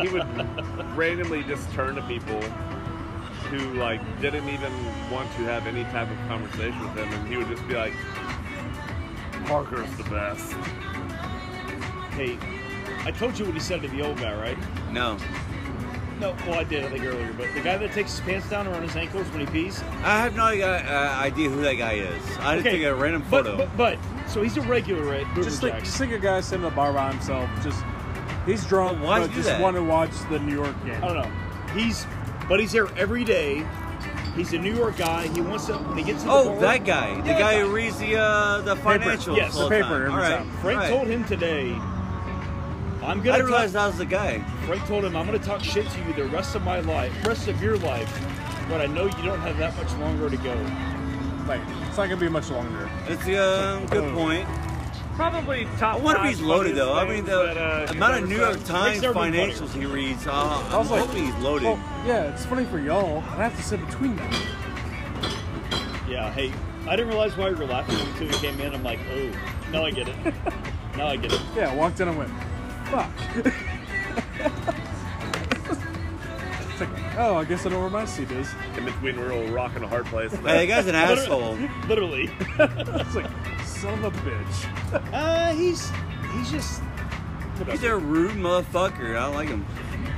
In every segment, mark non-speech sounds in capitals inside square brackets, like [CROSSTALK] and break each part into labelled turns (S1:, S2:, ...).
S1: he would randomly just turn to people who like didn't even want to have any type of conversation with him, and he would just be like, "Parker's the best."
S2: Hey, I told you what he said to the old guy, right?
S3: No.
S2: No, well, I did, I think earlier, but the guy that takes his pants down around his ankles when he pees.
S3: I have no uh, uh, idea who that guy is. I just
S2: Okay,
S3: took a random
S2: but-
S3: photo.
S2: But, but, so he's a regular at River
S4: Just like,
S2: Jacks.
S4: just like a guy sitting in a bar by himself. Just he's drunk,
S3: Well, why'd
S4: but
S3: you do
S4: just
S3: that?
S4: want to watch the New York game.
S2: I don't know. He's, but he's there every day. He's a New York guy. He wants to. When he gets to the
S3: oh,
S2: bar-
S3: that guy. The
S2: Yeah,
S3: guy
S2: that
S3: who reads the, uh, the financials.
S2: Yes, the
S3: all the
S4: paper
S3: time.
S4: every
S3: All right.
S4: time.
S2: Frank
S3: right.
S2: told him today. I'm
S3: I
S2: gonna.
S3: didn't realize
S2: Talk,
S3: that was the guy.
S2: Frank told him I'm gonna talk shit to you the rest of my life, rest of your life. But I know you don't have that much longer to go.
S4: Like it's not gonna be much longer.
S3: It's a um, good
S4: Oh.
S3: point.
S1: Probably top.
S3: I wonder if
S1: five
S3: he's loaded though. I
S1: funniest
S3: mean, the
S1: things that, uh,
S3: amount of
S1: he's
S3: New
S1: ever
S3: York
S1: said.
S3: Times
S2: Makes everybody
S3: financials he reads, uh,
S4: I
S3: I'm
S4: was like, oh.
S3: hoping he's loaded.
S4: Well, yeah, it's funny for y'all. I'd have to sit between them.
S2: Yeah. Hey, I didn't realize why you were laughing until you came in. I'm like, oh, now I get it. now I get it.
S4: Yeah, I walked in and went, fuck. [LAUGHS] It's like, oh, I guess I know where my seat is.
S1: in between we're all rocking a hard place.
S3: Hey, that guy's an
S2: uh,
S3: asshole.
S2: Literally- Literally.
S3: [LAUGHS]
S4: It's like, son of a bitch.
S2: Uh, he's he's just.
S3: He's a rude motherfucker. I don't like him.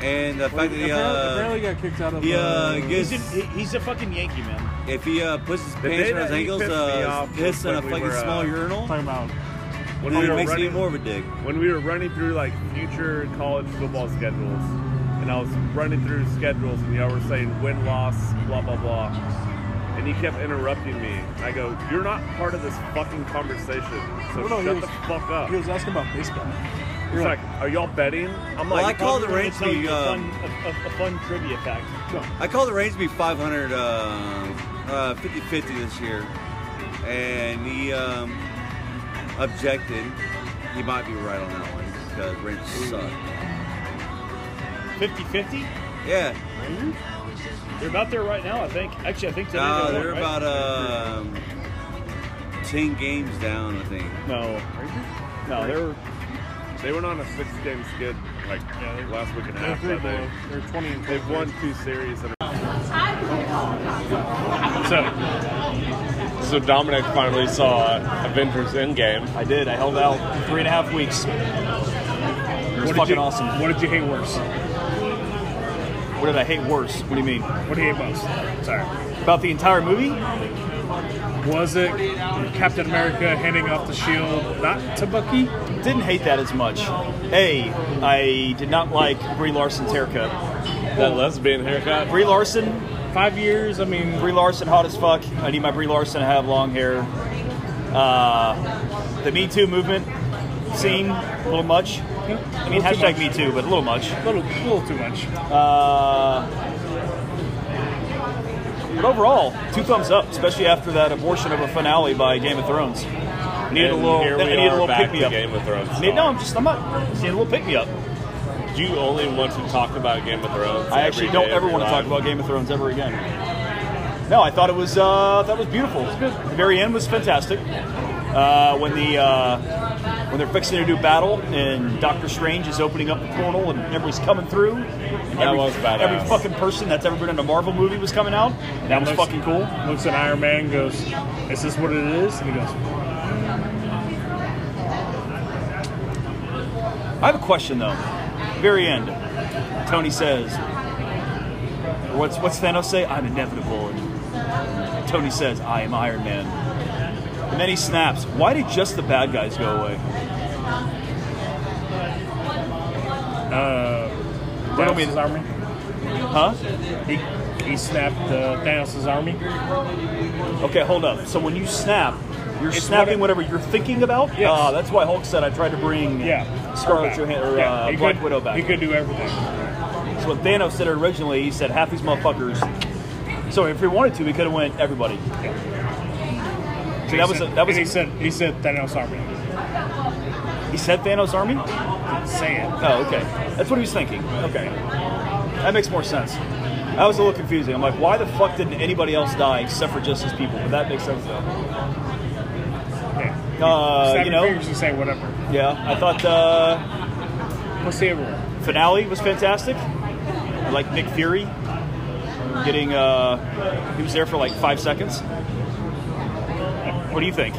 S3: And the fact that he,
S4: apparently, apparently
S3: uh,
S4: got kicked out of
S3: he, uh,
S2: He's
S3: gives-
S2: a, he- he's a fucking Yankee man.
S3: if he uh, puts his pants
S1: day
S3: around his
S1: that he
S3: ankles,
S1: pissed me
S3: uh,
S1: off was
S3: piss in a
S1: when we
S3: fucking
S1: were, uh,
S3: small urinal,
S4: time out.
S1: when
S3: then
S1: we
S3: it
S1: were
S3: makes it
S1: running,
S3: even more of a dick.
S1: when we were running through like future college football schedules, and I was running through schedules, and y'all were saying win loss, blah blah blah, and he kept interrupting me. I go, "You're not part of this fucking conversation, so
S4: Well, no, he
S1: Oh, shut
S4: was-
S1: the fuck up."
S4: He was asking about baseball.
S1: He's like, "Are y'all betting?" I'm
S3: Well, I
S1: like,
S3: called the
S2: Probably
S3: Rangers
S2: wanted to
S3: the,
S2: tell
S3: uh,
S2: you a fun, a, a- a fun trivia fact.
S3: I called the Rangers 500 uh, uh, 50-50 this year, and he um, objected. He might be right on that one because Rangers suck.
S2: 50-50?
S3: Yeah,
S2: They're about there right now, I think. Actually, I think today
S3: uh,
S2: they won,
S3: they're
S2: right?
S3: about um, ten games down, I think.
S2: No, no, they were.
S1: they went on a six-game skid like last week and a
S4: They're
S1: half.
S4: three
S1: I
S4: below.
S1: think.
S4: They're 20 and
S1: They've won two series. In a-
S5: So, so Dominic finally saw Avengers Endgame.
S2: I did. I held out for three and a half weeks. It was
S5: did
S2: fucking
S5: you-
S2: awesome.
S5: What did you hate worse?
S2: What did I hate worse? What do you mean?
S5: What do you hate most? Sorry.
S2: About the entire movie?
S5: Was it Captain America handing off the shield not to Bucky?
S2: Didn't hate that as much. A, I did not like Brie Larson's haircut.
S5: That lesbian haircut.
S2: Brie Larson,
S5: Five years. I mean,
S2: Brie Larson, hot as fuck. I need my Brie Larson to have long hair. Uh, the Me Too movement scene, a little much. I mean, hashtag Me Too, but a little much.
S5: a little, little too much.
S2: Uh, but overall, two thumbs up, especially after that abortion of a finale by Game of Thrones. Needed a
S5: And
S2: little,
S5: here we
S2: I needed a
S5: are
S2: little
S5: back
S2: pick me
S5: to
S2: up.
S5: Game of Thrones.
S2: Need- No, I'm just, I'm not. Just need a little pick me up.
S5: You only want to talk about Game of Thrones.
S2: I actually don't ever want to talk about Game of Thrones ever again. No, I thought it was uh, that was beautiful. It was good. The very end was fantastic. Uh, when the uh, when they're fixing to do battle and Doctor Strange is opening up the portal and everybody's coming through. And
S5: That
S2: every,
S5: was badass.
S2: Every fucking person that's ever been in a Marvel movie was coming out. That was fucking cool.
S5: Looks at Iron Man, goes, "Is this what it is?" And he goes,
S2: I have a question though. Very end. Tony says, or "What's what's Thanos say? I'm inevitable." And Tony says, "I am Iron Man." And then he snaps. Why did just the bad guys go away? What do we-
S5: "Thanos' army."
S2: Huh?
S5: He, he snapped uh, Thanos' army.
S2: Okay, hold up. So when you snap, you're
S5: It's
S2: snapping
S5: what
S2: whatever you're thinking about.
S5: Yes.
S2: Ah, that's why Hulk said I tried to bring
S5: Yeah.
S2: Scarlet
S5: Back.
S2: Johansson or
S5: Yeah,
S2: uh,
S5: he
S2: Black
S5: could-
S2: Widow back.
S5: He could do everything.
S2: So what Thanos said originally, he said half these motherfuckers. So if we wanted to, we could have went everybody. So that was a, that
S5: And
S2: was
S5: he
S2: a,
S5: said he said Thanos' army.
S2: he said Thanos army.
S5: Say it.
S2: Oh, okay. That's what he was thinking. Okay. That makes more sense. That was a little confusing. I'm like, why the fuck didn't anybody else die except for just his people? But that makes sense though.
S5: Yeah.
S2: Uh,
S5: Snap
S2: you
S5: your
S2: know,
S5: fingers and say whatever.
S2: yeah. I thought uh,
S5: Pussy everywhere.
S2: finale was fantastic. I like Nick Fury getting, uh, he was there for like five seconds. What do you think?